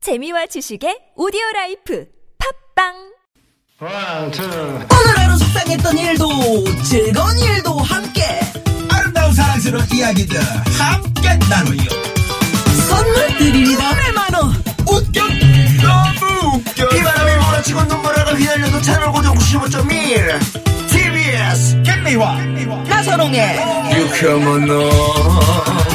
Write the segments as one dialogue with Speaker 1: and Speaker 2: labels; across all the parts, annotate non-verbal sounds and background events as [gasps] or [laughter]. Speaker 1: 재미와 지식의 오디오 라이프 팝빵
Speaker 2: One, two.
Speaker 3: 오늘 하루 속상했던 일도 즐거운 일도 함께
Speaker 4: 아름다운 사랑스러운 이야기들 함께 나누요.
Speaker 3: 선물 드립니다 100만원
Speaker 4: 웃겨 너무 웃겨 비바람이 몰아치고 눈보라가 휘날려도 채널 고정 95.1 TBS 겟미와
Speaker 3: 나선홍의
Speaker 4: 유쾌한 너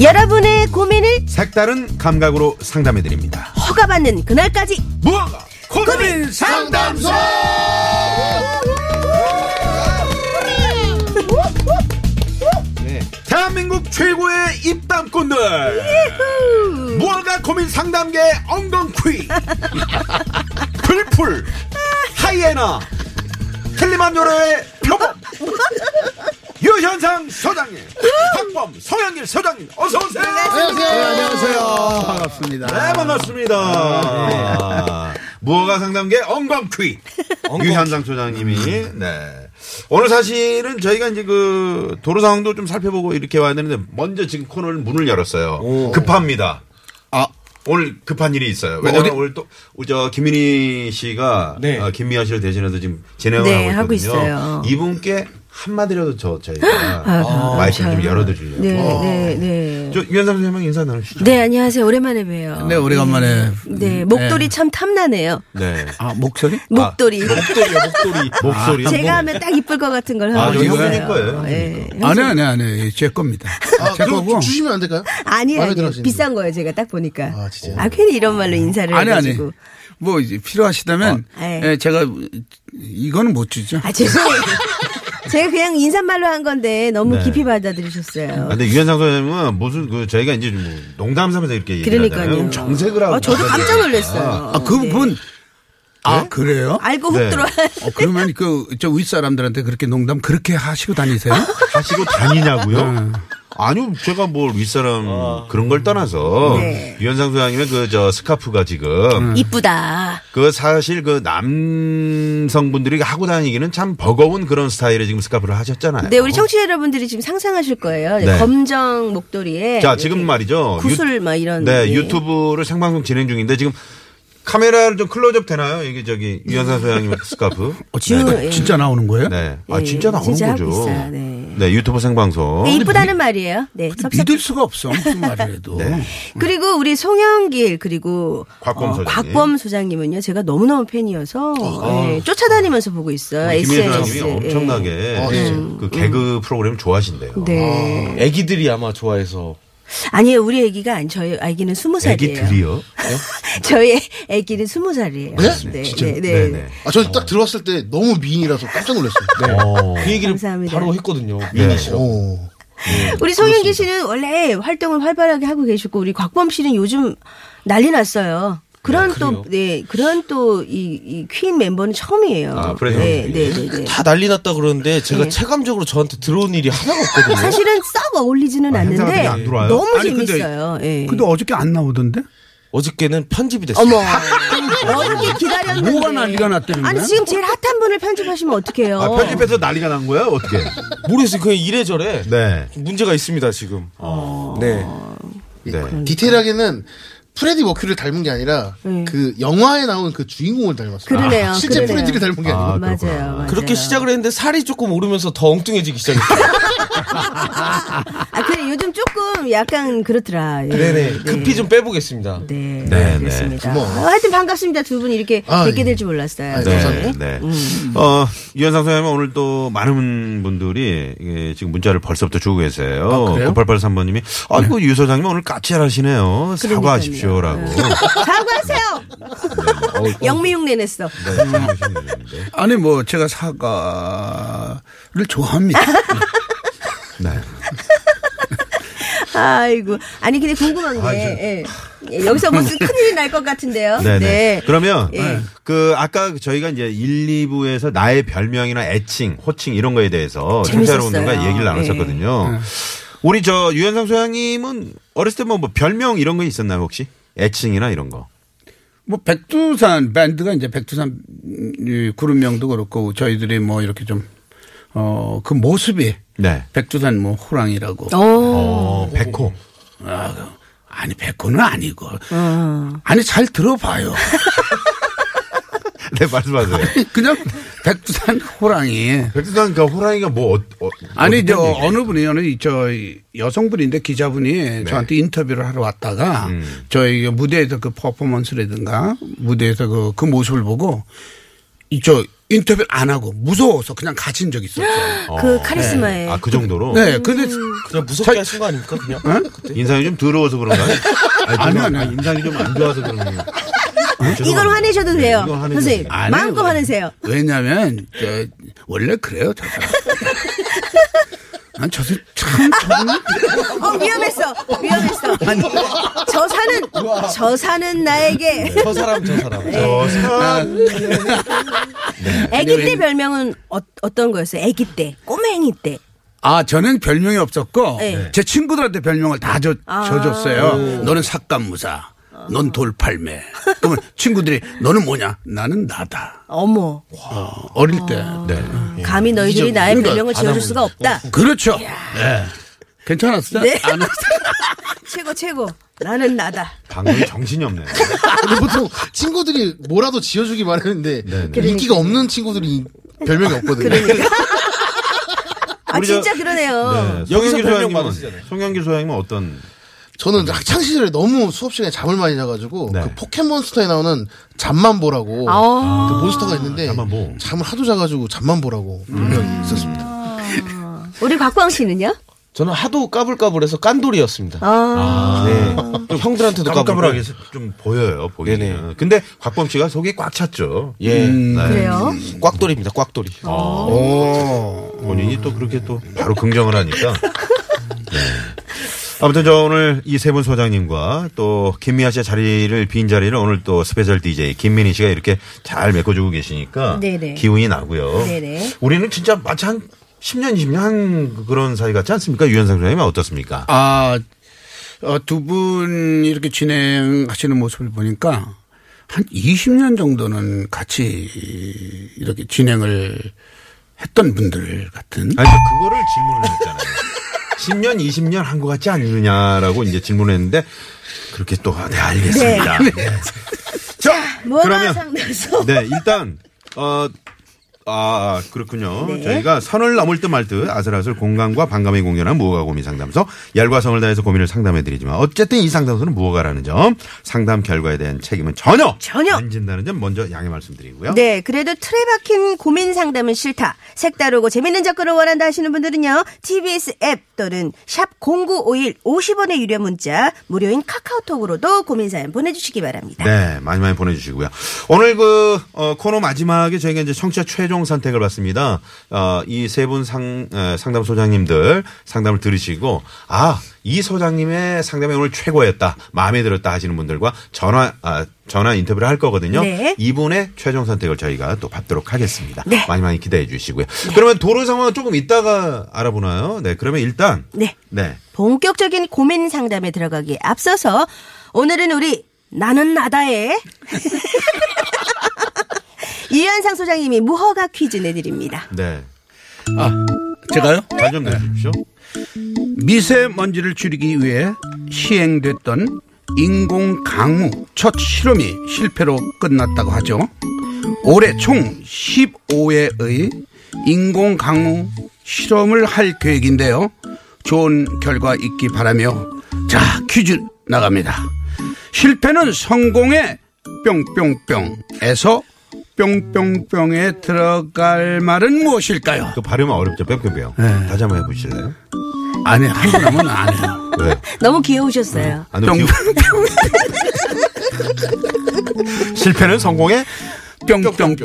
Speaker 5: 여러분의 고민을
Speaker 6: 색다른 감각으로 상담해 드립니다.
Speaker 5: 허가받는 그날까지
Speaker 6: 무언가 고민 상담소. 네. 대한민국 최고의 입담꾼들 무언가 고민 상담계 엉겅퀴 풀풀 하이에나 틀림한 요래의 표범 유현상 소장님 박범 송영길 소장님 어서 오세요
Speaker 5: 네,
Speaker 7: 반갑습니다. 네.
Speaker 6: 네, 반갑습니다. 아, 무허가 상담계 엉겅퀴. 유현상 소장님이. 네. 오늘 사실은 저희가 이제 그 도로 상황도 좀 살펴보고 이렇게 와야 되는데 먼저 지금 코너를 문을 열었어요. 급합니다.
Speaker 7: 아,
Speaker 6: 오늘 급한 일이 있어요. 왜냐면
Speaker 7: 어디-
Speaker 6: 오늘 또, 우리 저 김민희 씨가
Speaker 7: 네.
Speaker 6: 어, 김미아 씨를 대신해서 지금 진행을
Speaker 5: 네,
Speaker 6: 하고
Speaker 5: 하고
Speaker 6: 있거든요.
Speaker 5: 있어요.
Speaker 6: 이분께 한마디라도 저, 저희가
Speaker 5: 아,
Speaker 6: 마이크를 좀 열어드리려고.
Speaker 5: 네, 네, 네.
Speaker 6: 저 유현상 소장님 인사 나누시죠.
Speaker 5: 네, 안녕하세요. 오랜만에 봬요.
Speaker 7: 네, 오래간만에.
Speaker 5: 네, 목도리 참 탐나네요.
Speaker 6: 네.
Speaker 7: 아, 목소리?
Speaker 5: 목도리.
Speaker 6: 아,
Speaker 5: 아,
Speaker 6: 목도리요, [laughs] 뭐. 목도리. 목소리.
Speaker 5: 제가 하면 딱 이쁠 것 같은 걸 하고
Speaker 6: 저
Speaker 5: 있어요.
Speaker 6: 형수님 거예요,
Speaker 5: 예.
Speaker 7: 아니, 아니, 아니. 제 겁니다. 제 거고.
Speaker 8: 주시면 안 될까요?
Speaker 5: 아니,
Speaker 8: 마음에
Speaker 5: 아니.
Speaker 8: 들어하시는데.
Speaker 5: 비싼 거예요, 제가 딱 보니까.
Speaker 8: 아, 진짜요?
Speaker 5: 아, 괜히 이런 말로 인사를
Speaker 7: 아니, 아니.
Speaker 5: 해가지고.
Speaker 7: 뭐, 이제 필요하시다면,
Speaker 5: 어. 네.
Speaker 7: 예, 제가, 이거는 못 주죠.
Speaker 5: 아, 죄송해요. [laughs] 제가 그냥 인사말로 한 건데 너무 깊이 받아들이셨어요.
Speaker 6: 네. 아, 근데 유현상 소장님은 무슨 그 저희가 이제 뭐 농담 삼아서 이렇게 얘기를
Speaker 5: 그러니까요.
Speaker 6: 하잖아요. 정색을 하고.
Speaker 5: 아, 저도 깜짝 놀랐어요.
Speaker 7: 아, 그분. 아, 그래요?
Speaker 5: 알고 훅
Speaker 6: 네.
Speaker 5: 들어와.
Speaker 7: 어, 그러면 그, 저 윗사람들한테 그렇게 농담 그렇게 하시고 다니세요?
Speaker 6: 하시고
Speaker 5: 음.
Speaker 6: 다니냐고요? 아니요, 제가 뭐 윗사람 그런 걸 떠나서
Speaker 5: 네. 음.
Speaker 6: 유현상 소장님의 그 저 스카프가 지금
Speaker 5: 이쁘다.
Speaker 6: 그 사실 그 남성분들이 하고 다니기는 참 버거운 그런 스타일의 지금 스카프를 하셨잖아요.
Speaker 5: 네, 우리 청취자 여러분들이 지금 상상하실 거예요.
Speaker 6: 어. 네.
Speaker 5: 검정 목도리에.
Speaker 6: 자, 지금 말이죠.
Speaker 5: 네. 구슬 막 이런
Speaker 6: 네,
Speaker 5: 게.
Speaker 6: 유튜브를 생방송 진행 중인데 지금 카메라를 좀 클로즈업 되나요? 이게 저기
Speaker 5: 네.
Speaker 6: 유현상
Speaker 5: [laughs]
Speaker 6: 소장님의 스카프.
Speaker 7: 어, 진짜,
Speaker 5: 예.
Speaker 7: 진짜 나오는 거예요?
Speaker 6: 네. 아,
Speaker 5: 예,
Speaker 6: 진짜 나오는
Speaker 5: 진짜 하고
Speaker 6: 거죠.
Speaker 5: 있어요. 네.
Speaker 6: 유튜브 생방송.
Speaker 5: 네, 이쁘다는 말이에요. 네,
Speaker 7: 근데
Speaker 5: 섭섭.
Speaker 7: 믿을 수가 없어. 무슨 말을 해도.
Speaker 5: 네. 그리고 우리 송영길 그리고 어,
Speaker 6: 곽범 소장님. 아.
Speaker 5: 곽범 소장님은요. 제가 너무너무 팬이어서 예, 쫓아다니면서 보고 있어요.
Speaker 6: 김민혜
Speaker 5: SNS.
Speaker 6: 소장님이 엄청나게 그 개그 프로그램 좋아하신대요.
Speaker 5: 예. 어, 음. 네.
Speaker 9: 애기들이 아마 좋아해서
Speaker 5: 아니에요. 우리 애기가 아니 저희 아기는 스무 살이에요.
Speaker 6: 애기들이요?
Speaker 5: [laughs] 저희 애기는 스무 살이에요.
Speaker 8: 네?
Speaker 5: 네,
Speaker 8: 진짜?
Speaker 5: 네, 네.
Speaker 6: 네. 네.
Speaker 8: 아, 저 딱 들어왔을 때 너무 미인이라서 깜짝 놀랐어요.
Speaker 9: 그 얘기를
Speaker 5: 감사합니다.
Speaker 9: 바로 했거든요. 민희 씨랑
Speaker 8: 오.
Speaker 5: 우리 송영기 씨는 원래 활동을 활발하게 하고 계시고 우리 곽범 씨는 요즘 난리 났어요. 그런 또, 네, 그런 또, 이, 이, 퀸 멤버는 처음이에요.
Speaker 6: 아, 그래요?
Speaker 5: 네, 네, 네, 네.
Speaker 9: 다 난리 났다 그러는데 제가
Speaker 5: 네.
Speaker 9: 체감적으로 저한테 들어온 일이 하나가 없거든요.
Speaker 5: 사실은 썩 어울리지는 않는데,
Speaker 6: 행사가 안 들어와요?
Speaker 5: 너무
Speaker 7: 아니, 근데-
Speaker 5: 재밌어요. 예.
Speaker 7: 근데 어저께 안 나오던데?
Speaker 9: 어저께는 편집이 됐어요.
Speaker 5: 어머. 어떻게 아, 기다렸는데.
Speaker 7: 뭐가 난리가 났다는
Speaker 5: 아니,
Speaker 7: 거야?
Speaker 5: 지금 제일 핫한 분을 편집하시면 어떡해요.
Speaker 6: 아, 편집해서 난리가 난 거예요?
Speaker 5: [laughs]
Speaker 6: 어떻게?
Speaker 9: 모르겠어요. 그냥 이래저래
Speaker 6: 네.
Speaker 9: 문제가 있습니다 지금.
Speaker 5: 아,
Speaker 9: 네.
Speaker 5: 예,
Speaker 6: 네.
Speaker 8: 디테일하게는 프레디 머큐를 닮은 게 아니라 그 영화에 나온 그 주인공을 닮았어요.
Speaker 5: 네. 그러네요.
Speaker 8: 실제
Speaker 5: 그러네요.
Speaker 8: 프레디를 닮은 게 아니고.
Speaker 6: 아,
Speaker 5: 맞아요,
Speaker 6: 그렇구나.
Speaker 5: 맞아요.
Speaker 9: 그렇게 시작을 했는데 살이 조금 오르면서 더 엉뚱해지기 시작했어요.
Speaker 5: 아, 그래, 요즘 조금 약간 그렇더라. 예.
Speaker 9: 네네. 급히 좀 빼보겠습니다.
Speaker 5: 네,
Speaker 6: 네,
Speaker 5: 알겠습니다. 아, 하여튼 반갑습니다. 두 분 이렇게
Speaker 8: 아,
Speaker 5: 뵙게
Speaker 8: 예.
Speaker 5: 될 줄 몰랐어요.
Speaker 8: 아,
Speaker 6: 네. 네.
Speaker 5: 음.
Speaker 6: 어, 유현상 소장님 오늘 또 많은 분들이 이게 지금 문자를 벌써부터 주고 계세요.
Speaker 5: 아,
Speaker 6: 9883번님이
Speaker 5: 네.
Speaker 6: 아이고 유 소장님 오늘 까칠하시네요. 사과하십시오라고.
Speaker 5: 네.
Speaker 6: 네.
Speaker 5: [laughs] 사과하세요. 네, 영미흉내 냈어.
Speaker 6: 네.
Speaker 7: 아니, 뭐, 제가 사과를
Speaker 8: [laughs]
Speaker 7: 좋아합니다.
Speaker 6: 네.
Speaker 5: 아이고. 아니 근데 궁금한 게 예. 예, 여기서 무슨 큰일이 날 것 같은데요.
Speaker 6: 네네.
Speaker 5: 네.
Speaker 6: 그러면
Speaker 5: 예.
Speaker 6: 그 아까 저희가 이제 1, 2부에서 나의 별명이나 애칭, 호칭 이런 거에 대해서
Speaker 5: 재밌었어요. 예. 네.
Speaker 6: 청취자 여러분들과 얘기를 나눴었거든요. 우리 저 유현상 소장님은 어렸을 때 뭐 별명 이런 거 있었나요 혹시? 애칭이나 이런 거.
Speaker 7: 뭐 백두산 밴드가 이제 백두산 음, 이 그룹명도 그렇고 저희들이 뭐 이렇게 좀 어 그 모습이
Speaker 6: 네.
Speaker 7: 백두산 뭐 호랑이라고
Speaker 6: 어, 백호.
Speaker 7: 아, 아니 백호는 아니고
Speaker 8: 어.
Speaker 7: 아니 잘 들어봐요
Speaker 6: 네 말씀하세요.
Speaker 7: [laughs] 그냥 백두산 호랑이
Speaker 6: 백두산 그 호랑이가 뭐 어, 어,
Speaker 7: 아니 저
Speaker 6: 어떤 얘기예요?
Speaker 7: 어느 분이 어느 이저 여성분인데 기자분이 저한테 인터뷰를 하러 왔다가 저희 무대에서 그 퍼포먼스라든가 무대에서 그, 그 모습을 보고 이 저 인터뷰를 안 하고 무서워서 그냥 가신
Speaker 5: [gasps]
Speaker 7: 적이 있었어요.
Speaker 5: 그 카리스마에.
Speaker 6: 아, 그 정도로?
Speaker 7: 네, 근데
Speaker 9: 그냥 무섭게
Speaker 7: 잘-
Speaker 9: 하신 거 아닙니까 그냥?
Speaker 6: 인상이 좀 더러워서 그런가요?
Speaker 7: 아니,
Speaker 6: 그건
Speaker 7: 아니, 아니.
Speaker 6: 인상이 좀 안 좋아서 그런 거예요.
Speaker 5: 이걸 화내셔도 돼요.
Speaker 6: 이건 화내셔도
Speaker 5: 선생님.
Speaker 6: 돼요.
Speaker 7: 안 해요.
Speaker 5: 마음껏 화내세요.
Speaker 7: 왜냐면 저 원래 그래요,
Speaker 5: [laughs]
Speaker 7: 저 사람. 난저 사람 참 저는
Speaker 5: 어, 위험했어. 위험했어. 저 사는, 저 사는 나에게.
Speaker 9: 저 사람 저
Speaker 5: 네.
Speaker 9: 사람.
Speaker 6: 저
Speaker 7: 아.
Speaker 6: 사람.
Speaker 5: 아기 때 별명은 어, 어떤 거였어요? 아기 때. 꼬맹이 때.
Speaker 7: 아, 저는 별명이 없었고
Speaker 5: 네. 아.
Speaker 7: 제 친구들한테 별명을 다 줘, 줘줬어요. 너는 삭감무사, 넌 돌팔매. 그러면 친구들이 너는 뭐냐? 나는 나다.
Speaker 5: 어머.
Speaker 7: 어, 어릴 때.
Speaker 5: 아.
Speaker 6: 네.
Speaker 5: 감히 너희들이
Speaker 7: 이제
Speaker 5: 나의
Speaker 7: 뭔가
Speaker 5: 별명을 지어줄 수가 없다.
Speaker 7: 그렇죠. 네. 괜찮았어요?
Speaker 5: 네.
Speaker 7: 안 왔어요?
Speaker 5: 최고, 최고. 나는 나다.
Speaker 6: 방금 정신이 없네요.
Speaker 5: 아.
Speaker 8: 근데 보통 친구들이 뭐라도 지어주기 마련인데
Speaker 6: 네네.
Speaker 8: 인기가 없는 친구들이 별명이 없거든요.
Speaker 5: 아,
Speaker 6: 우리 저-
Speaker 5: 진짜 그러네요.
Speaker 6: 네. 송영길
Speaker 9: 별명
Speaker 6: 소장님은,
Speaker 9: 받으시잖아요.
Speaker 6: 송영길 소장님은 어떤.
Speaker 8: 저는 학창 시절에 너무 수업 시간에 잠을 많이 자가지고
Speaker 6: 네.
Speaker 8: 그 포켓몬스터에 나오는 잠만보라고
Speaker 5: 아.
Speaker 8: 그 몬스터가 있는데
Speaker 6: 잠만보.
Speaker 8: 잠을 하도 자가지고 잠만보라고
Speaker 5: 음.
Speaker 8: 별명이 있었습니다.
Speaker 5: 우리 곽광 씨는요?
Speaker 9: 저는 하도 까불까불해서 깐돌이였습니다.
Speaker 5: 아.
Speaker 9: 네. 좀 형들한테도
Speaker 6: 까불까불하게
Speaker 9: 까불고.
Speaker 6: 좀 보여요, 보기는.
Speaker 9: 네네.
Speaker 6: 근데 곽범 씨가 속이 꽉 찼죠.
Speaker 9: 예.
Speaker 5: 음, 그래요? 어.
Speaker 9: 꽉돌입니다. 꽉돌이.
Speaker 5: 아.
Speaker 6: 어. 본인이 또 그렇게 또 바로 긍정을 하니까. 네. 아무튼 저 오늘 이 세 분 소장님과 또 김미아 씨의 자리를 빈 자리를 오늘 또 스페셜 DJ 김민희 씨가 이렇게 잘 메꿔주고 계시니까
Speaker 5: 네네.
Speaker 6: 기운이 나고요.
Speaker 5: 네네.
Speaker 6: 우리는 진짜 마치 한 10년, 20년 한 그런 사이 같지 않습니까? 유현상 소장님은 어떻습니까?
Speaker 7: 아, 어, 두 분 이렇게 진행하시는 모습을 보니까 한 20년 정도는 같이 이렇게 진행을 했던 분들 같은.
Speaker 6: 아니, 근데 그거를 질문을 했잖아요. [laughs] 10년, 20년 한 것 같지 않느냐라고 이제 질문했는데 그렇게 또, 아, 네, 알겠습니다.
Speaker 5: [laughs]
Speaker 6: 네. 자,
Speaker 5: 뭐가
Speaker 6: 그러면
Speaker 5: 상당수?
Speaker 6: 네, 일단 어. 아 그렇군요.
Speaker 5: 네.
Speaker 6: 저희가 선을 넘을 듯 말 듯 아슬아슬 공감과 반감이 공존한 무허가 고민 상담소 열과 성을 다해서 고민을 상담해드리지만 어쨌든 이 상담소는 무허가라는 점 상담 결과에 대한 책임은 전혀
Speaker 5: 전혀!
Speaker 6: 안 진다는 점 먼저 양해 말씀드리고요.
Speaker 5: 네, 그래도 틀에 박힌 고민 상담은 싫다. 색다르고 재밌는 접근을 원한다 하시는 분들은요. TBS 앱 또는 샵 0951 50원의 유료 문자, 무료인 카카오톡으로도 고민 사연 보내주시기 바랍니다.
Speaker 6: 네, 많이 많이 보내주시고요. 오늘 그 어, 코너 마지막에 저희가 이제 청취자 최종 선택을 받습니다. 어, 이 세 분 상 상담 소장님들 상담을 들으시고 아. 이 소장님의 상담이 오늘 최고였다, 마음에 들었다 하시는 분들과 전화 아, 전화 인터뷰를 할 거거든요.
Speaker 5: 네.
Speaker 6: 이분의 최종 선택을 저희가 또 받도록 하겠습니다.
Speaker 5: 네.
Speaker 6: 많이 많이 기대해 주시고요. 그러면 도로 상황 은 조금 이따가 알아보나요? 네, 그러면 일단
Speaker 5: 네.
Speaker 6: 네,
Speaker 5: 본격적인 고민 상담에 들어가기에 앞서서 오늘은 우리 나는 나다의 [laughs] 이현상 소장님이 무허가 퀴즈 내드립니다.
Speaker 6: 네,
Speaker 7: 아, 제가요?
Speaker 6: 관좀 내주십시오.
Speaker 7: 미세먼지를 줄이기 위해 시행됐던 인공 강우 첫 실험이 실패로 끝났다고 하죠. 올해 총 15회의 인공 강우 실험을 할 계획인데요. 좋은 결과 있기 바라며 자 퀴즈 나갑니다. 실패는 성공의 뿅뿅뿅에서 뿅뿅뿅에 들어갈 말은 무엇일까요?
Speaker 6: 그 발음은 어렵죠, 뿅뿅뿅.
Speaker 7: 네.
Speaker 6: 다시 한번 해보실래요?
Speaker 7: 아니 한번 하면 안 해요.
Speaker 6: 왜?
Speaker 5: [laughs] 너무 귀여우셨어요.
Speaker 6: 안 웃기고. [laughs] 실패는 성공에
Speaker 7: 뿅뿅뿅.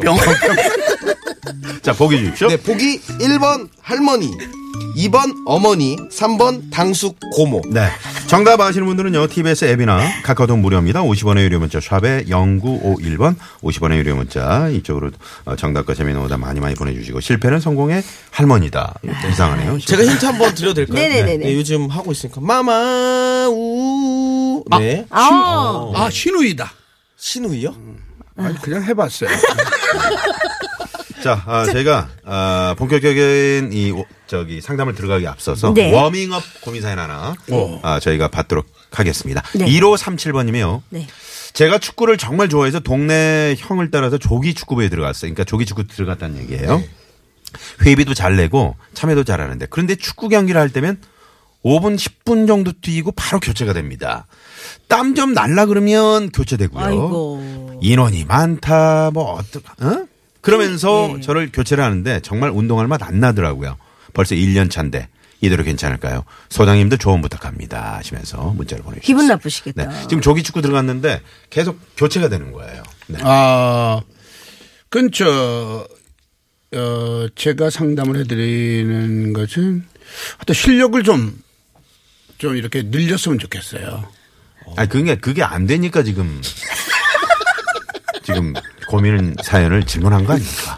Speaker 6: 자 보기 주십시오.
Speaker 9: 네, 보기 1번 할머니, 2번 어머니, 3번 당숙 고모.
Speaker 6: 네. 정답 아시는 분들은요, TBS 앱이나 카카오톡 무료입니다. 50원의 유료 문자, 샵에 0951번, 50원의 유료 문자, 이쪽으로 어, 정답과 재미있는 오답 많이 많이 보내주시고, 실패는 성공의 할머니다. 이상하네요.
Speaker 9: 제가 힌트 한번 드려도 될까요?
Speaker 5: 네네네네.
Speaker 9: 네, 요즘 하고 있으니까 마마 우. 네.
Speaker 5: 아,
Speaker 6: 어.
Speaker 7: 아, 신우이다.
Speaker 9: 신우이요?
Speaker 7: 아니, 그냥 해봤어요.
Speaker 6: 자, 아, 제가 아, 본격적인 이 오- 저기 상담을 들어가기 앞서서
Speaker 5: 네.
Speaker 6: 워밍업 고민 사연 하나 아, 저희가 받도록 하겠습니다.
Speaker 5: 네.
Speaker 6: 1537번이며
Speaker 5: 네.
Speaker 6: 제가 축구를 정말 좋아해서 동네 형을 따라서 조기 축구부에 들어갔어요. 그러니까 조기 축구 들어갔다는 얘기예요.
Speaker 5: 네.
Speaker 6: 회비도 잘 내고 참여도 잘하는데 그런데 축구 경기를 할 때면 5분 10분 정도 뛰고 바로 교체가 됩니다. 땀 좀 날라 그러면 교체되고요.
Speaker 5: 아이고.
Speaker 6: 인원이 많다 뭐 어떡 어? 그러면서
Speaker 5: 네.
Speaker 6: 저를 교체를 하는데 정말 운동할 맛 안 나더라고요. 벌써 1년 차인데 이대로 괜찮을까요? 소장님도 조언 부탁합니다 하시면서 문자를 보내주셨어요.
Speaker 5: 기분 나쁘시겠다.
Speaker 6: 네, 지금 조기 축구 들어갔는데 계속 교체가 되는 거예요. 네.
Speaker 7: 아, 그건 저, 어, 제가 상담을 해드리는 것은 어떤 실력을 좀, 좀 이렇게 늘렸으면 좋겠어요.
Speaker 6: 아니 그게 그게 안 되니까 지금 지금 고민 사연을 질문한 거 아닙니까?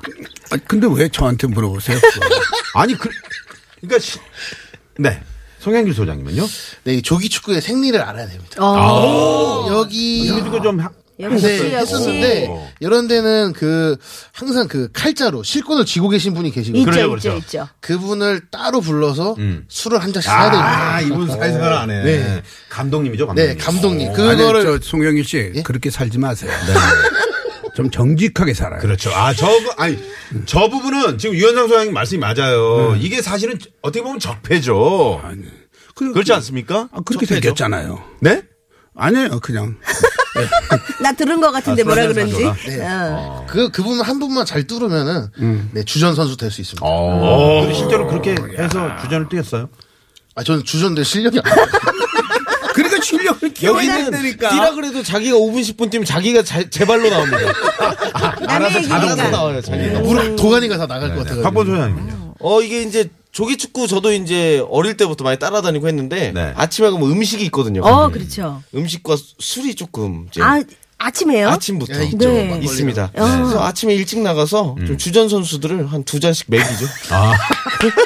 Speaker 7: 아, 근데 왜 저한테 물어보세요? 그거?
Speaker 6: 아니 그 그러니까 시- 네 송영길 소장님은요?
Speaker 8: 네, 이 조기 축구의 생리를 알아야 됩니다.
Speaker 5: 어.
Speaker 6: 아.
Speaker 8: 여기
Speaker 6: 이거 좀 하-
Speaker 5: 역시,
Speaker 8: 네,
Speaker 5: 역시.
Speaker 8: 했었는데 이런 데는 그 항상 그 칼자로 실권을 쥐고 계신 분이 계시거든요.
Speaker 5: 있죠,
Speaker 6: 그래요,
Speaker 5: 있죠,
Speaker 6: 그렇죠.
Speaker 5: 있죠.
Speaker 8: 그분을 따로 불러서
Speaker 6: 음.
Speaker 8: 술을 한 잔씩 사야 됩니다.
Speaker 6: 아, 이분 사회생활 안 해.
Speaker 8: 네.
Speaker 6: 감독님이죠, 감독님. 어.
Speaker 8: 네, 감독님.
Speaker 7: 아니,
Speaker 8: 그거를
Speaker 7: 저 송영일 씨 그렇게 살지 마세요. 좀 정직하게 살아요.
Speaker 6: 그렇죠. 아, 저, 부- 아니, 저 부분은 지금 유현상 소장님 말씀이 맞아요.
Speaker 8: 네.
Speaker 6: 이게 사실은 저- 어떻게 보면 적폐죠.
Speaker 7: 그-
Speaker 6: 그렇지 않습니까?
Speaker 7: 아, 그렇게
Speaker 6: 적폐죠.
Speaker 7: 생겼잖아요.
Speaker 6: 네?
Speaker 7: 아니에요, 그냥.
Speaker 5: 나 들은 것 같은데
Speaker 6: 아,
Speaker 5: 뭐라
Speaker 6: 술한잔
Speaker 5: 그런지.
Speaker 6: 사줘라.
Speaker 5: 어.
Speaker 8: 그 그분 한 분만 잘 뚫으면은 네, 주전 선수 될 수 있습니다.
Speaker 6: 음. 어. 근데 실제로 그렇게 해서 주전을 뛰었어요.
Speaker 8: 아 저는 주전될 실력이 안 돼요.
Speaker 7: 그러니까 실력을
Speaker 9: 여기 있는 뛰라 그래도 자기가 5분 10분 뛰면 자기가 자- 제 발로 나옵니다.
Speaker 5: 남의
Speaker 9: 알아서
Speaker 5: 네, 얘기니까.
Speaker 9: 나와요, 자기가.
Speaker 6: 네.
Speaker 8: 무릎 도가니가 다 나갈 것 같아요.
Speaker 6: 박본 소장님은요?
Speaker 9: 어 이게 이제 조기 축구 저도 이제 어릴 때부터 많이 따라다니고 했는데
Speaker 6: 네.
Speaker 9: 아침에 그면 음식이 있거든요.
Speaker 5: 어, 그렇죠.
Speaker 9: 음식과 술이 조금
Speaker 6: 예.
Speaker 9: 이제
Speaker 5: 아, 아침에요?
Speaker 9: 침부터
Speaker 8: 네,
Speaker 5: 있죠. 네.
Speaker 9: 있습니다. 그래서 아침에 일찍 나가서
Speaker 6: 음.
Speaker 9: 좀 주전 선수들을 한 두 잔씩
Speaker 6: [laughs]
Speaker 9: 먹이죠.
Speaker 6: 아,
Speaker 5: 이거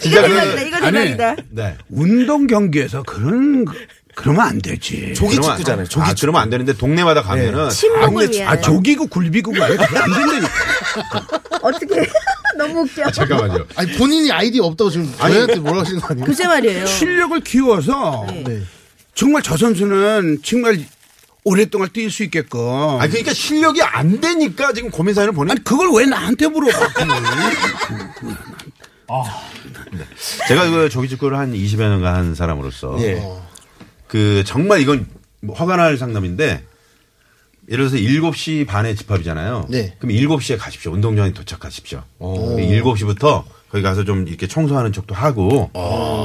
Speaker 6: 진짜 그-
Speaker 5: 대박이다, 이거
Speaker 7: 아니.
Speaker 5: 대박이다.
Speaker 6: 네.
Speaker 7: 운동 경기에서 그런 거- 그러면 안 되지.
Speaker 9: 조기
Speaker 6: 그러면 안-
Speaker 9: 축구잖아요. 조기
Speaker 6: 아, 그러면 안 되는데 동네마다 가면은.
Speaker 5: 침묵을 위한.
Speaker 7: 아 조기고 굴비고가 아니라 안 된다니까.
Speaker 5: 어떻게. [laughs] 너무 웃겨.
Speaker 9: [laughs]
Speaker 6: 잠깐만요.
Speaker 8: 아니 본인이 아이디 없다고 지금 저희한테 뭐라 하시는 거
Speaker 6: 그
Speaker 8: 아니에요?
Speaker 5: 글쎄 말이에요.
Speaker 7: 실력을 키워서
Speaker 8: 네.
Speaker 7: 정말 저 선수는 정말 오랫동안 뛸 수 있게끔.
Speaker 6: 아,
Speaker 7: 아니,
Speaker 6: 그러니까 실력이 안 되니까 지금 고민 사연을 보내.
Speaker 7: 그걸 왜 나한테 물어봐?
Speaker 6: 제가 그 조기 축구를 한 20여 년간 한 사람으로서
Speaker 9: 예.
Speaker 6: 그 정말 이건 뭐 화가 날 상담인데 예를 들어서 7시 반에 집합이잖아요.
Speaker 8: 네.
Speaker 6: 그럼 7시에 가십시오. 운동장에 도착하십시오. 그러니까 7시부터 거기 가서 좀 이렇게 청소하는 척도 하고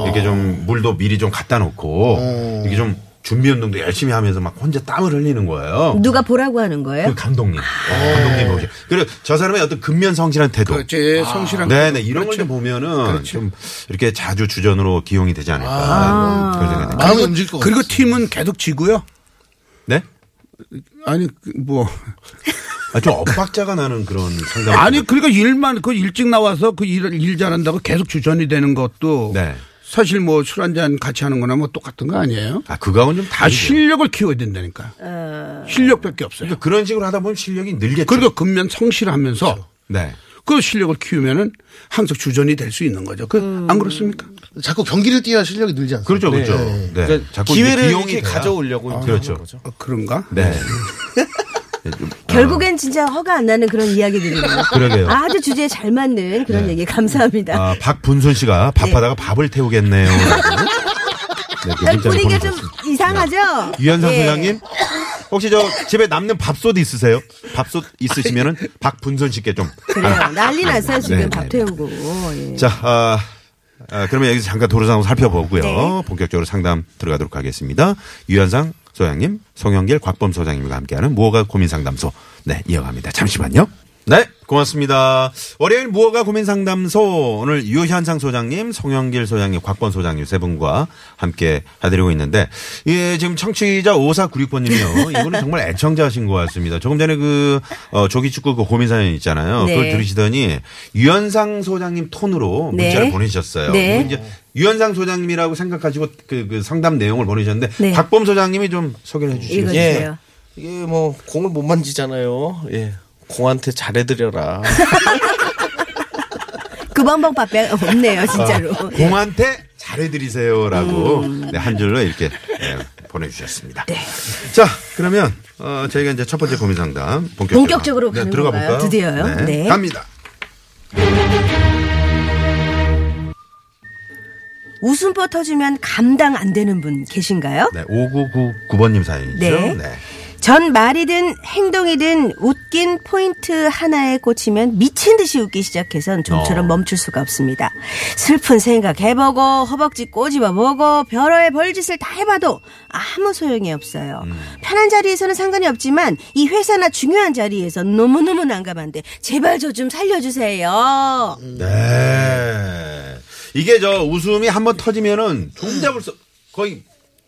Speaker 6: 이렇게 좀 물도 미리 좀 갖다 놓고 이렇게 좀 준비 운동도 열심히 하면서 막 혼자 땀을 흘리는 거예요.
Speaker 5: 누가 보라고 하는 거예요?
Speaker 6: 그 감독님. 감독님 보시. 그리고 저 사람의 어떤 근면 성실한 태도.
Speaker 7: 그렇지, 성실한.
Speaker 6: 네네 이런 걸 좀 보면은
Speaker 7: 그렇죠.
Speaker 6: 좀 이렇게 자주 주전으로 기용이 되지 않을까
Speaker 7: 아.
Speaker 6: 그런 생각이 듭니다.
Speaker 8: 마음이 움직일 것
Speaker 7: 그리고
Speaker 8: 같아요.
Speaker 7: 팀은 계속 지고요.
Speaker 6: 네?
Speaker 7: 아니 그, 뭐
Speaker 6: 아, 좀 엇박자가 나는 그런 상담.
Speaker 7: 아니 그러니까 일만 그 일찍 나와서 그일일 잘한다고 계속 주전이 되는 것도
Speaker 6: 네.
Speaker 7: 사실 뭐 술 한 잔 같이 하는 거나 뭐 똑같은 거 아니에요?
Speaker 6: 아 그거하고는 좀
Speaker 7: 아
Speaker 6: 다르죠.
Speaker 7: 실력을 키워야 된다니까. 실력밖에 없어요.
Speaker 6: 그러니까 그런 식으로 하다 보면 실력이 늘겠죠.
Speaker 7: 그리고 근면 성실하면서
Speaker 6: 네.
Speaker 7: 그 실력을 키우면은 항상 주전이 될 수 있는 거죠. 그 안 그렇습니까?
Speaker 8: 자꾸 경기를 뛰어야 실력이 늘지 않습니까?
Speaker 6: 그렇죠, 그렇죠. 네.
Speaker 9: 그러니까
Speaker 6: 자꾸
Speaker 9: 기회를
Speaker 6: 비용이
Speaker 9: 이렇게
Speaker 6: 돼야-
Speaker 9: 가져오려고
Speaker 6: 그렇죠.
Speaker 9: 하는 거죠.
Speaker 7: 어, 그런가?
Speaker 6: 네. 네, 좀,
Speaker 5: 결국엔 진짜 허가 안 나는 그런 이야기들이네요.
Speaker 6: 그러게요. 네.
Speaker 5: 아주 주제에 잘 맞는 그런 얘기 감사합니다.
Speaker 6: 아, 박분순 씨가
Speaker 9: 네.
Speaker 6: 밥하다가 밥을
Speaker 9: [laughs]
Speaker 6: 태우겠네요. 라고. 네, 그
Speaker 5: 아니,
Speaker 6: 문자를
Speaker 5: 분위기가 좀
Speaker 6: 보내주셨습니다.
Speaker 5: 이상하죠?
Speaker 6: 네. 유현상
Speaker 5: 예.
Speaker 6: 소장님 혹시 저 집에 남는 밥솥 있으세요? 밥솥 있으시면은 박분순 씨께 좀. 아.
Speaker 5: 그래요. 난리 났어요, 지금
Speaker 6: 네,
Speaker 5: 밥
Speaker 6: 네,
Speaker 5: 태우고. 예.
Speaker 6: 자, 아, 아, 그러면 여기서 잠깐 도로상황 살펴보고요. 본격적으로 상담 들어가도록 하겠습니다. 유현상 소장님, 송영길, 곽범 소장님과 함께하는 무허가 고민 상담소. 네, 이어갑니다. 잠시만요. 네, 고맙습니다. 월요일 무허가 고민 상담소 오늘 유현상 소장님, 송영길 소장님, 곽권 소장님 세 분과 함께 해드리고 있는데 예, 지금 청취자 5496번님이요. 이분은 정말 애청자신 것 같습니다. 조금 전에 그 어, 조기 축구 그 고민 사연 있잖아요. 그걸
Speaker 5: 네.
Speaker 6: 들으시더니 유현상 소장님 톤으로
Speaker 5: 네.
Speaker 6: 문자를 보내주셨어요.
Speaker 5: 네.
Speaker 6: 이분 이제 유현상 소장님이라고 생각하시고 그, 그 상담 내용을 보내주셨는데
Speaker 5: 네.
Speaker 6: 곽범 소장님이 좀 소개를 해주시겠어요?
Speaker 5: 읽어주세요.
Speaker 9: 예. 이게 뭐 공을 못 만지잖아요. 예.
Speaker 6: [laughs]
Speaker 9: 공한테 잘해드려라.
Speaker 5: 그 방법밖에
Speaker 6: 어.
Speaker 5: 없네요, 진짜로. 음.
Speaker 6: 공한테 잘해드리세요라고 네, 한 줄로 이렇게 네, 보내주셨습니다.
Speaker 5: 네.
Speaker 6: 자 그러면 어, 저희가 이제 첫 번째 고민 상담 본격적으로,
Speaker 5: 본격적으로 가는
Speaker 6: 들어가
Speaker 5: 건가요?
Speaker 6: 볼까요?
Speaker 5: 드디어요? 네.
Speaker 6: 갑니다.
Speaker 5: 웃음보 터지면 감당 안 되는 분 계신가요?
Speaker 6: 네, 5999번님 사연이죠.
Speaker 5: 네. 전 말이든 행동이든 웃긴 포인트 하나에 꽂히면 미친 듯이 웃기 시작해선 좀처럼
Speaker 6: 어.
Speaker 5: 멈출 수가 없습니다. 슬픈 생각 해보고 허벅지 꼬집어보고 별의 벌짓을 다 해봐도 아무 소용이 없어요.
Speaker 6: 음.
Speaker 5: 편한 자리에서는 상관이 없지만 이 회사나 중요한 자리에서 너무너무 난감한데 제발 저 좀 살려주세요.
Speaker 6: 네. 이게 저 웃음이 한번 터지면은 종잡을 수 거의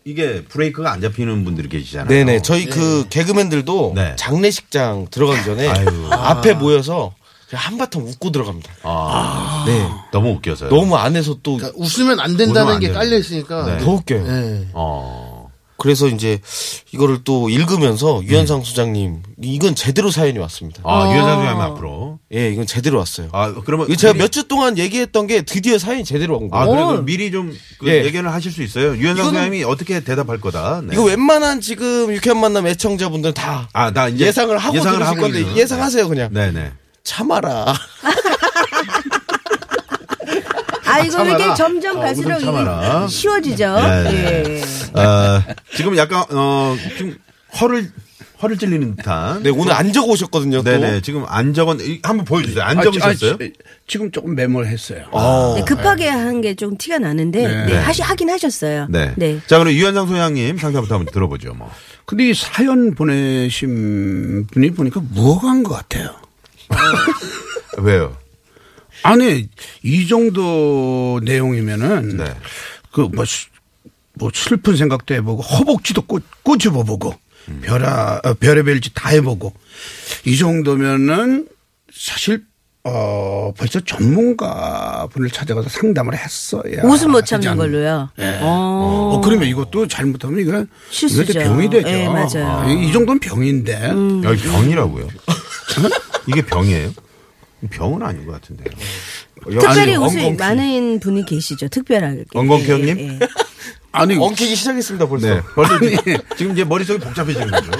Speaker 6: 이게 브레이크가 안 잡히는 분들이 계시잖아요.
Speaker 9: 네네. 저희 그 개그맨들도
Speaker 6: 어. 네.
Speaker 9: 장례식장 들어가기 전에
Speaker 6: 아유.
Speaker 9: 앞에 모여서 그냥 한바탕 웃고 들어갑니다.
Speaker 6: 아,
Speaker 9: 네.
Speaker 6: 너무 웃겨서요.
Speaker 9: 너무 안에서 또
Speaker 8: 그러니까 웃으면 안 된다는
Speaker 6: 웃으면 안
Speaker 8: 게
Speaker 6: 돼요.
Speaker 8: 깔려 있으니까.
Speaker 6: 네.
Speaker 9: 더 웃겨요.
Speaker 8: 예.
Speaker 6: 어.
Speaker 9: 그래서 이제 이거를 또 읽으면서
Speaker 6: 음.
Speaker 9: 유현상 소장님 이건 제대로 사연이 왔습니다.
Speaker 6: 아, 유현상 소장님 앞으로.
Speaker 9: 예, 이건 제대로 왔어요.
Speaker 6: 아, 그러면
Speaker 9: 이거 제가
Speaker 6: 미리-
Speaker 9: 몇 주 동안 얘기했던 게 드디어 사연이 제대로 온
Speaker 6: 아,
Speaker 9: 거예요.
Speaker 6: 그래도 미리 좀 그
Speaker 9: 예.
Speaker 6: 예견을 하실 수 있어요. 유현상
Speaker 9: 이거는-
Speaker 6: 소장님이 어떻게 대답할 거다. 네.
Speaker 9: 이거 웬만한 지금 유쾌한 만남 애청자분들 다
Speaker 6: 아, 나 이제
Speaker 9: 예상을 하고
Speaker 6: 예상을
Speaker 9: 들으실
Speaker 6: 하고
Speaker 9: 건데
Speaker 6: 있는.
Speaker 9: 예상하세요 그냥
Speaker 6: 네, 네. [laughs]
Speaker 9: 참아라.
Speaker 5: 아이고
Speaker 6: 참아라.
Speaker 5: 이게 점점
Speaker 6: 어,
Speaker 5: 갈수록
Speaker 6: 웃음 참아라.
Speaker 5: 이게 쉬워지죠.
Speaker 6: 네,
Speaker 5: 예.
Speaker 6: 네. 어, 지금 약간 어좀 허를 허를 찔리는 듯한.
Speaker 9: 네 오늘 안 적어 오셨거든요. 또.
Speaker 6: 네, 네. 지금 안 적은 이- 한번 보여
Speaker 9: 아,
Speaker 6: 주세요. 안 적으셨어요? 아.
Speaker 7: 지- 지금 조금 메모했어요.
Speaker 9: 어.
Speaker 5: 네, 급하게 한 게 좀 티가 나는데 네.
Speaker 6: 네.
Speaker 5: 하시, 하긴 하셨어요.
Speaker 6: 네.
Speaker 5: 네.
Speaker 6: 자, 그럼 유현상 소장님 상담부터 한번 들어보죠, 뭐.
Speaker 7: 근데 이 사연 보내신 분이 보니까 무어간 것 같아요.
Speaker 6: 왜요?
Speaker 7: 아니 이 정도 내용이면은
Speaker 6: 네.
Speaker 7: 그 뭐 뭐 슬픈 생각도 해보고 허벅지도 꼬, 꼬집어보고
Speaker 6: 음.
Speaker 7: 별아 어, 별의별 짓 다 해보고 이 정도면은 사실 어 벌써 전문가 분을 찾아가서 상담을 했어야
Speaker 5: 웃음 못 참는
Speaker 7: 하지 않-
Speaker 5: 걸로요.
Speaker 7: 예.
Speaker 5: 어.
Speaker 7: 어 그러면 이것도 잘못하면 이거
Speaker 5: 실수죠.
Speaker 7: 이것도 병이 되죠.
Speaker 5: 예, 맞아요. 음.
Speaker 7: 아, 이, 이 정도는 병인데
Speaker 6: 여기 병이라고요? 이게 병이에요? 병은 아닌 것 같은데요.
Speaker 5: 특별히
Speaker 6: 아니,
Speaker 5: 웃음이
Speaker 6: 엉겅퀴.
Speaker 5: 많은 분이 계시죠. 특별하게.
Speaker 6: 엉겅퀴
Speaker 5: 예,
Speaker 6: 형님?
Speaker 5: 예.
Speaker 7: 아니
Speaker 9: 엉키기 시작했습니다 벌써.
Speaker 5: [laughs]
Speaker 6: 네. 벌써 지금- 지금 이제 머릿속이 복잡해지는 거죠.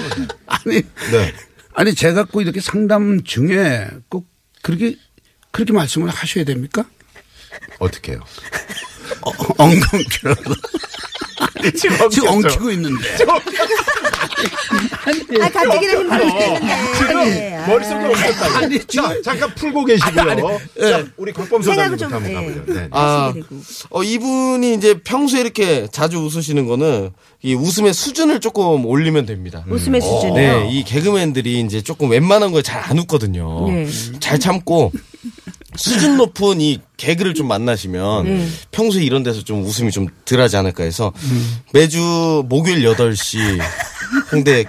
Speaker 7: 아니
Speaker 6: 네.
Speaker 7: 아니 제가 꼭 이렇게 상담 중에 꼭 그렇게 그렇게 말씀을 하셔야 됩니까?
Speaker 6: 어떻게 해요?
Speaker 7: 어, 엉겅퀴라고 [laughs] 지금, 엉키고 있는데
Speaker 5: 아, 가뜩이나 네. 힘들었는데.
Speaker 6: 머릿속에 없었다.
Speaker 7: 아니,
Speaker 6: 자, 잠깐 풀고 계시고요. 자, 우리 곽범
Speaker 5: 네. 생각을
Speaker 6: 소장님부터 한번
Speaker 5: 좀, 예.
Speaker 6: 가보죠. 네.
Speaker 9: 아,
Speaker 5: 하시게 되고.
Speaker 9: 어, 이분이 이제 평소에 이렇게 자주 웃으시는 거는 이 웃음의 수준을 조금 올리면 됩니다.
Speaker 5: 웃음의 수준이요.
Speaker 9: 네, 이 개그맨들이 이제 조금 웬만한 거에 잘 안 웃거든요.
Speaker 5: 네.
Speaker 9: 잘 참고 수준 높은 이 개그를 좀 만나시면
Speaker 5: 예.
Speaker 9: 평소에 이런 데서 좀 웃음이 좀 덜하지 않을까 해서 매주 목요일 8시 홍대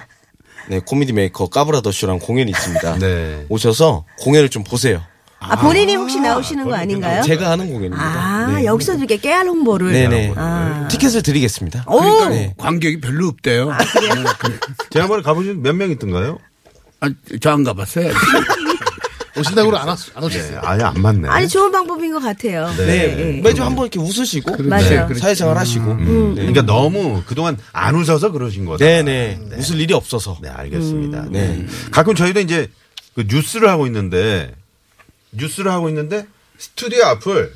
Speaker 9: 네, 코미디 메이커 까브라더쇼랑 공연이 있습니다.
Speaker 6: 네.
Speaker 9: 오셔서 공연을 좀 보세요.
Speaker 5: 아, 본인이 혹시 나오시는 거 아닌가요?
Speaker 9: 제가 하는 공연입니다. 네.
Speaker 5: 아, 여기서 이렇게 깨알 홍보를.
Speaker 9: 네네.
Speaker 5: 아. 어,
Speaker 9: 티켓을 드리겠습니다.
Speaker 5: 오!
Speaker 9: 네.
Speaker 7: 관객이 별로 없대요. 네, 그,
Speaker 6: 지난번에 가보신 몇 명 있던가요?
Speaker 7: 아, 저 안 가봤어요. 그
Speaker 8: 오신다고 그러 안, 왔, 안 오셨어요.
Speaker 6: 아예 안 맞네.
Speaker 5: 아니, 좋은 방법인 것 같아요.
Speaker 9: 네. 매주 한 번 이렇게 웃으시고
Speaker 5: 맞아요.
Speaker 9: 네, 사회생활 하시고
Speaker 6: 그러니까 너무 그동안 안 웃어서 그러신 거다.
Speaker 9: 네네 웃을 일이 없어서 음.
Speaker 6: 네, 알겠습니다. 네. 가끔 저희도 이제 그 뉴스를 하고 있는데 뉴스를 하고 있는데 스튜디오 앞을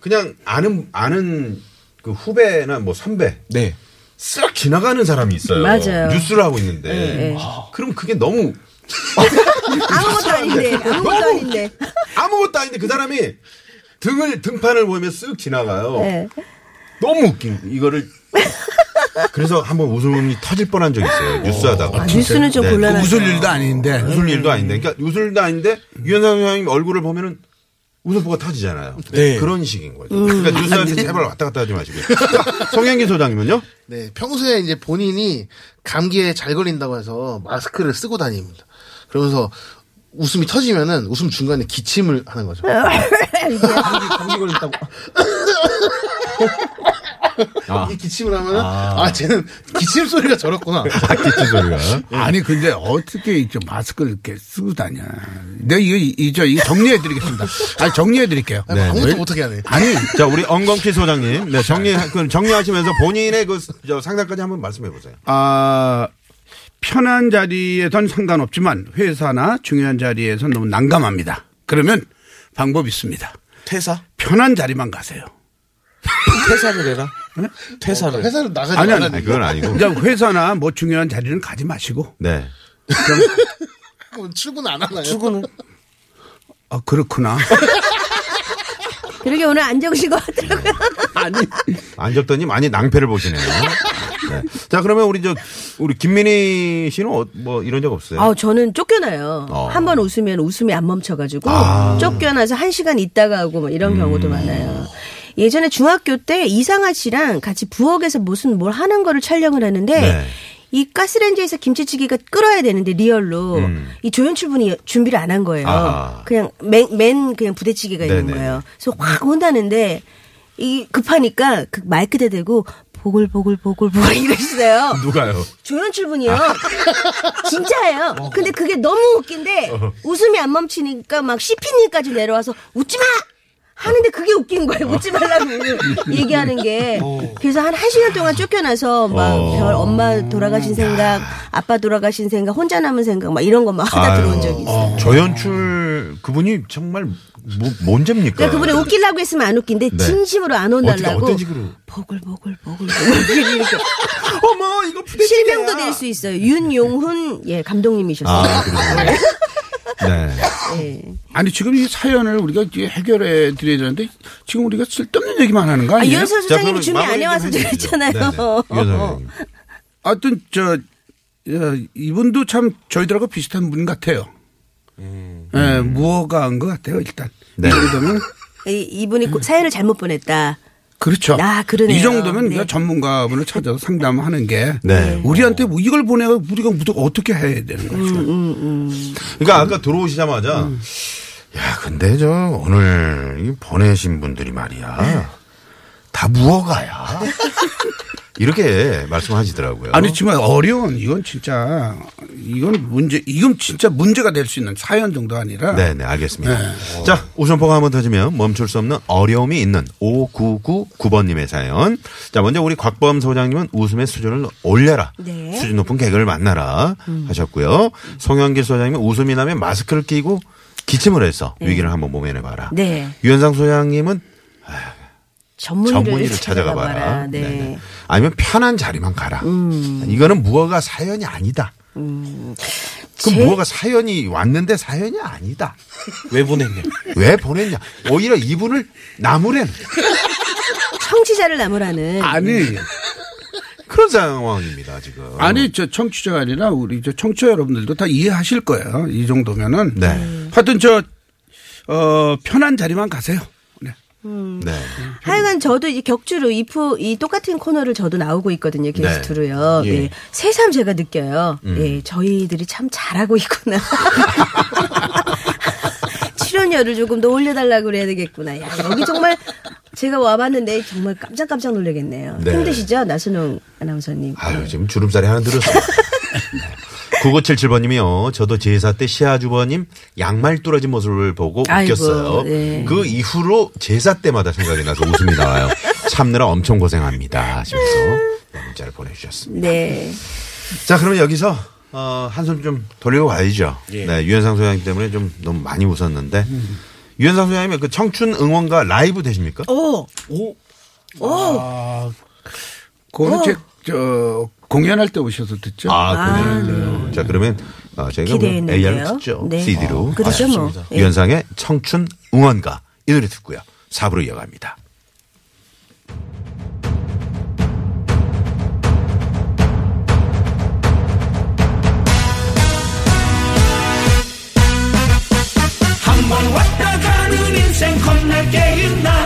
Speaker 6: 그냥 아는 아는 그 후배나 뭐 선배
Speaker 9: 네.
Speaker 6: 쓱 지나가는 사람이 있어요.
Speaker 5: 맞아요.
Speaker 6: 뉴스를 하고 있는데
Speaker 5: 네.
Speaker 6: 아, 그럼 그게 너무
Speaker 5: 아무것도 아닌데. 아무것도 아닌데.
Speaker 6: 아무것도 아닌데 그 사람이 등을 등판을 보면 쓱 지나가요.
Speaker 5: 네.
Speaker 6: 너무 웃긴 이거를 그래서 한번 웃음이 터질 뻔한 적이 있어요. 뉴스하다가.
Speaker 5: 아, 뉴스는 좀
Speaker 6: 네,
Speaker 5: 곤란하죠.
Speaker 7: 웃을 일도 아닌데.
Speaker 6: 웃을 일도 아닌데, 그러니까 웃을 일도 아닌데 유현상 선생님 얼굴을 보면은 웃음포가 터지잖아요.
Speaker 9: 네.
Speaker 6: 그런 식인 거죠. 그러니까 뉴스한테 제발 왔다 갔다 하지 마시고요. [laughs] 성현기 소장님은요?
Speaker 8: 네, 평소에 이제 본인이 감기에 잘 걸린다고 해서 마스크를 쓰고 다닙니다. 그러면서 웃음이 터지면은 웃음 중간에 기침을 하는 거죠. 감기, 감기 [laughs] 걸린다고. 이 기침을 하면은 아. 쟤는 기침 소리가 저렇구나.
Speaker 6: 박기치 소리가.
Speaker 7: 아니 근데 어떻게 이저 마스크를 이렇게 쓰고 다녀? 내가 이거 이저 이거 정리해드리겠습니다. 아니 정리해드릴게요.
Speaker 8: 아니, 아무것도 못하게 하네.
Speaker 7: 아니
Speaker 6: 자, 우리 엉겅퀴 소장님. 네, 정리, 그럼 정리하시면서 본인의 그 저 상담까지 한번 말씀해 보세요.
Speaker 7: 아, 편한 자리에선 상관없지만 회사나 중요한 자리에선 너무 난감합니다. 그러면 방법이 있습니다.
Speaker 9: 퇴사?
Speaker 7: 편한 자리만 가세요.
Speaker 9: 퇴사를 해라.
Speaker 6: 네?
Speaker 9: 퇴사를.
Speaker 8: 회사를 나가지
Speaker 7: 아니, 아니,
Speaker 8: 말라는
Speaker 6: 아니, 그건 아니고.
Speaker 7: 그냥 회사나 뭐 중요한 자리는 가지 마시고.
Speaker 6: 네.
Speaker 8: 그럼 출근 안 하나요?
Speaker 9: 출근을.
Speaker 7: 아,
Speaker 6: [laughs]
Speaker 7: 그렇구나.
Speaker 5: 그러게 오늘 안 적으신 것 같더라고요.
Speaker 7: 아니.
Speaker 6: 안 적더니 많이 낭패를 보시네요. 네. 자, 그러면 우리 저, 우리 김민희 씨는 어- 뭐 이런 적 없어요?
Speaker 5: 아, 저는 쫓겨나요.
Speaker 6: 어. 아.
Speaker 5: 한 번 웃으면 웃음이 안 멈춰가지고 쫓겨나서 한 시간 있다가 하고 막 이런 경우도
Speaker 6: 음.
Speaker 5: 많아요. 예전에 중학교 때 이상아 씨랑 같이 부엌에서 무슨 뭘 하는 거를 촬영을 하는데
Speaker 6: 네.
Speaker 5: 이 가스레인지에서 김치찌개가 끓어야 되는데 리얼로 이 조연출 분이 준비를 안 한 거예요.
Speaker 6: 음. 아.
Speaker 5: 그냥 맨, 맨 그냥 부대찌개가 있는
Speaker 6: 네네.
Speaker 5: 거예요. 그래서 확 혼나는데 이 급하니까 그 마이크 대대고 보글보글보글보글 이러시어요
Speaker 6: 누가요?
Speaker 5: 조연출 분이요. [laughs] 진짜예요.
Speaker 6: 어,
Speaker 5: 근데 그게 너무 웃긴데 웃음이 안 멈추니까 막 CP님까지 내려와서 웃지 마! 하는데 그게 웃긴 거예요.
Speaker 6: 어.
Speaker 5: 웃지
Speaker 6: [laughs]
Speaker 5: 말라고 얘기하는 게. 그래서 한 1시간 동안 쫓겨나서 막
Speaker 6: 어.
Speaker 5: 별 엄마 돌아가신 생각, 아빠 돌아가신 생각, 혼자 남은 생각 막 이런 거 막 하다 들어온 적이 있어요.
Speaker 6: 조연출 그분이 정말 뭐, 뭔 죄입니까? 네.
Speaker 5: 그러니까 그분이 웃기려고 했으면 안 웃긴데 진심으로 안 혼날라고
Speaker 6: 어떤 식으로?
Speaker 5: 보글보글보글 이렇게
Speaker 6: [laughs] 어머, 이거 부대찌개야.
Speaker 5: 실명도 낼 수 있어요. 윤용훈 예 감독님이셨어요.
Speaker 6: 아,
Speaker 5: [laughs]
Speaker 6: 그러세요. 네.
Speaker 5: 예.
Speaker 7: 아니, 지금 이 사연을 우리가 이제 해결해 드려야 되는데 지금 우리가 쓸데없는 얘기만 하는 거
Speaker 5: 아,
Speaker 7: 아니에요?
Speaker 5: 이현수 소장님이 준비 안 해와서 그랬잖아요. 네,
Speaker 6: 네, 요
Speaker 7: 하여튼 저 야, 이분도 참 저희들하고 비슷한 분 같아요. 예, 무허가 한것 같아요, 일단.
Speaker 6: 음. 네.
Speaker 7: 이 정도면
Speaker 5: 이, 이분이 꼭 사연을 잘못 보냈다.
Speaker 7: 그렇죠.
Speaker 5: 아, 그러네요.
Speaker 7: 이 정도면
Speaker 5: 네.
Speaker 7: 우리가 전문가분을 찾아서 상담하는 게
Speaker 6: 네.
Speaker 7: 우리한테 뭐 이걸 보내가 우리가 무조 어떻게 해야 되는 거죠.
Speaker 5: 음.
Speaker 6: 그러니까 아까 들어오시자마자 야 근데 저 오늘 이 보내신 분들이 말이야 다
Speaker 5: [laughs]
Speaker 6: 무허가야 이렇게 말씀하시더라고요.
Speaker 7: 아니지만 어려운 이건 진짜 이건 문제 이건 진짜 문제가 될 수 있는 사연 정도 아니라
Speaker 6: 네네 알겠습니다. 자 우선포가 한 번 터지면 멈출 수 없는 어려움이 있는 5999번님의 사연. 자 먼저 우리 곽범 소장님은 웃음의 수준을 올려라.
Speaker 5: 네. 음.
Speaker 6: 수준 높은 개그를 만나라 하셨고요. 송영길 소장님은 웃음이 나면 마스크를 끼고 기침을 해서 위기를 한번 모면해봐라.
Speaker 5: 네.
Speaker 6: 유현상 소장님은
Speaker 5: 전문의를,
Speaker 6: 전문의를 찾아가 봐라.
Speaker 5: 네. 음.
Speaker 6: 네네. 아니면 편한 자리만 가라. 이거는 무허가 사연이 아니다. 그
Speaker 5: 제-
Speaker 6: 무허가 사연이 왔는데 사연이 아니다.
Speaker 9: 왜 보냈냐?
Speaker 6: 왜 보냈냐? 오히려 이분을 나무랜
Speaker 5: 청취자를 나무라는
Speaker 7: 아니
Speaker 6: 어. 그런 상황입니다 지금.
Speaker 7: 아니 저 청취자가 아니라 우리 저 청취자 여러분들도 다 이해하실 거예요. 이 정도면은
Speaker 6: 네.
Speaker 7: 하여튼 저 어, 편한 자리만 가세요. 네.
Speaker 6: 네.
Speaker 5: 하여간 저도 이제 격주로 이, 프, 이 똑같은 코너를 저도 나오고 있거든요. 게스트로요.
Speaker 9: 예.
Speaker 5: 네. 새삼 제가 느껴요. 예, 저희들이 참 잘하고 있구나. [laughs] 출연료를 조금 더 올려달라고 그래야 되겠구나. 야, 여기 정말 제가 와봤는데 정말 깜짝깜짝 놀라겠네요.
Speaker 6: 네.
Speaker 5: 힘드시죠? 나선홍 아나운서님.
Speaker 6: 아유 지금 주름살이 하나 늘었어요. 네. 9977번님이요. 저도 제사 때 시아주버님 양말 뚫어진 모습을 보고
Speaker 5: 아이고,
Speaker 6: 웃겼어요.
Speaker 5: 네.
Speaker 6: 그 이후로 제사 때마다 생각이 나서 웃음이 나와요. 참느라 엄청 고생합니다. 하시면서 네, 문자를 보내주셨습니다.
Speaker 5: 네.
Speaker 6: 자, 그러면 여기서 어, 한숨 좀 돌리고 가야죠. 네, 유현상 소장님 때문에 좀 너무 많이 웃었는데 유현상 소장님의 그 청춘 응원가 라이브 되십니까?
Speaker 5: 오!
Speaker 7: 그거는 제, 저 공연할 때 오셔서 듣죠.
Speaker 6: 아, 그러면 자 그러면 어, 저희가 뭐
Speaker 5: 네. 기대했는데요.
Speaker 6: AR 듣죠.
Speaker 5: 네.
Speaker 6: CD로.
Speaker 5: 아, 그렇죠, 뭐. 예.
Speaker 6: 유현상의 청춘 응원가 이 노래 듣고요. 4부로 이어갑니다.
Speaker 7: 내게 있나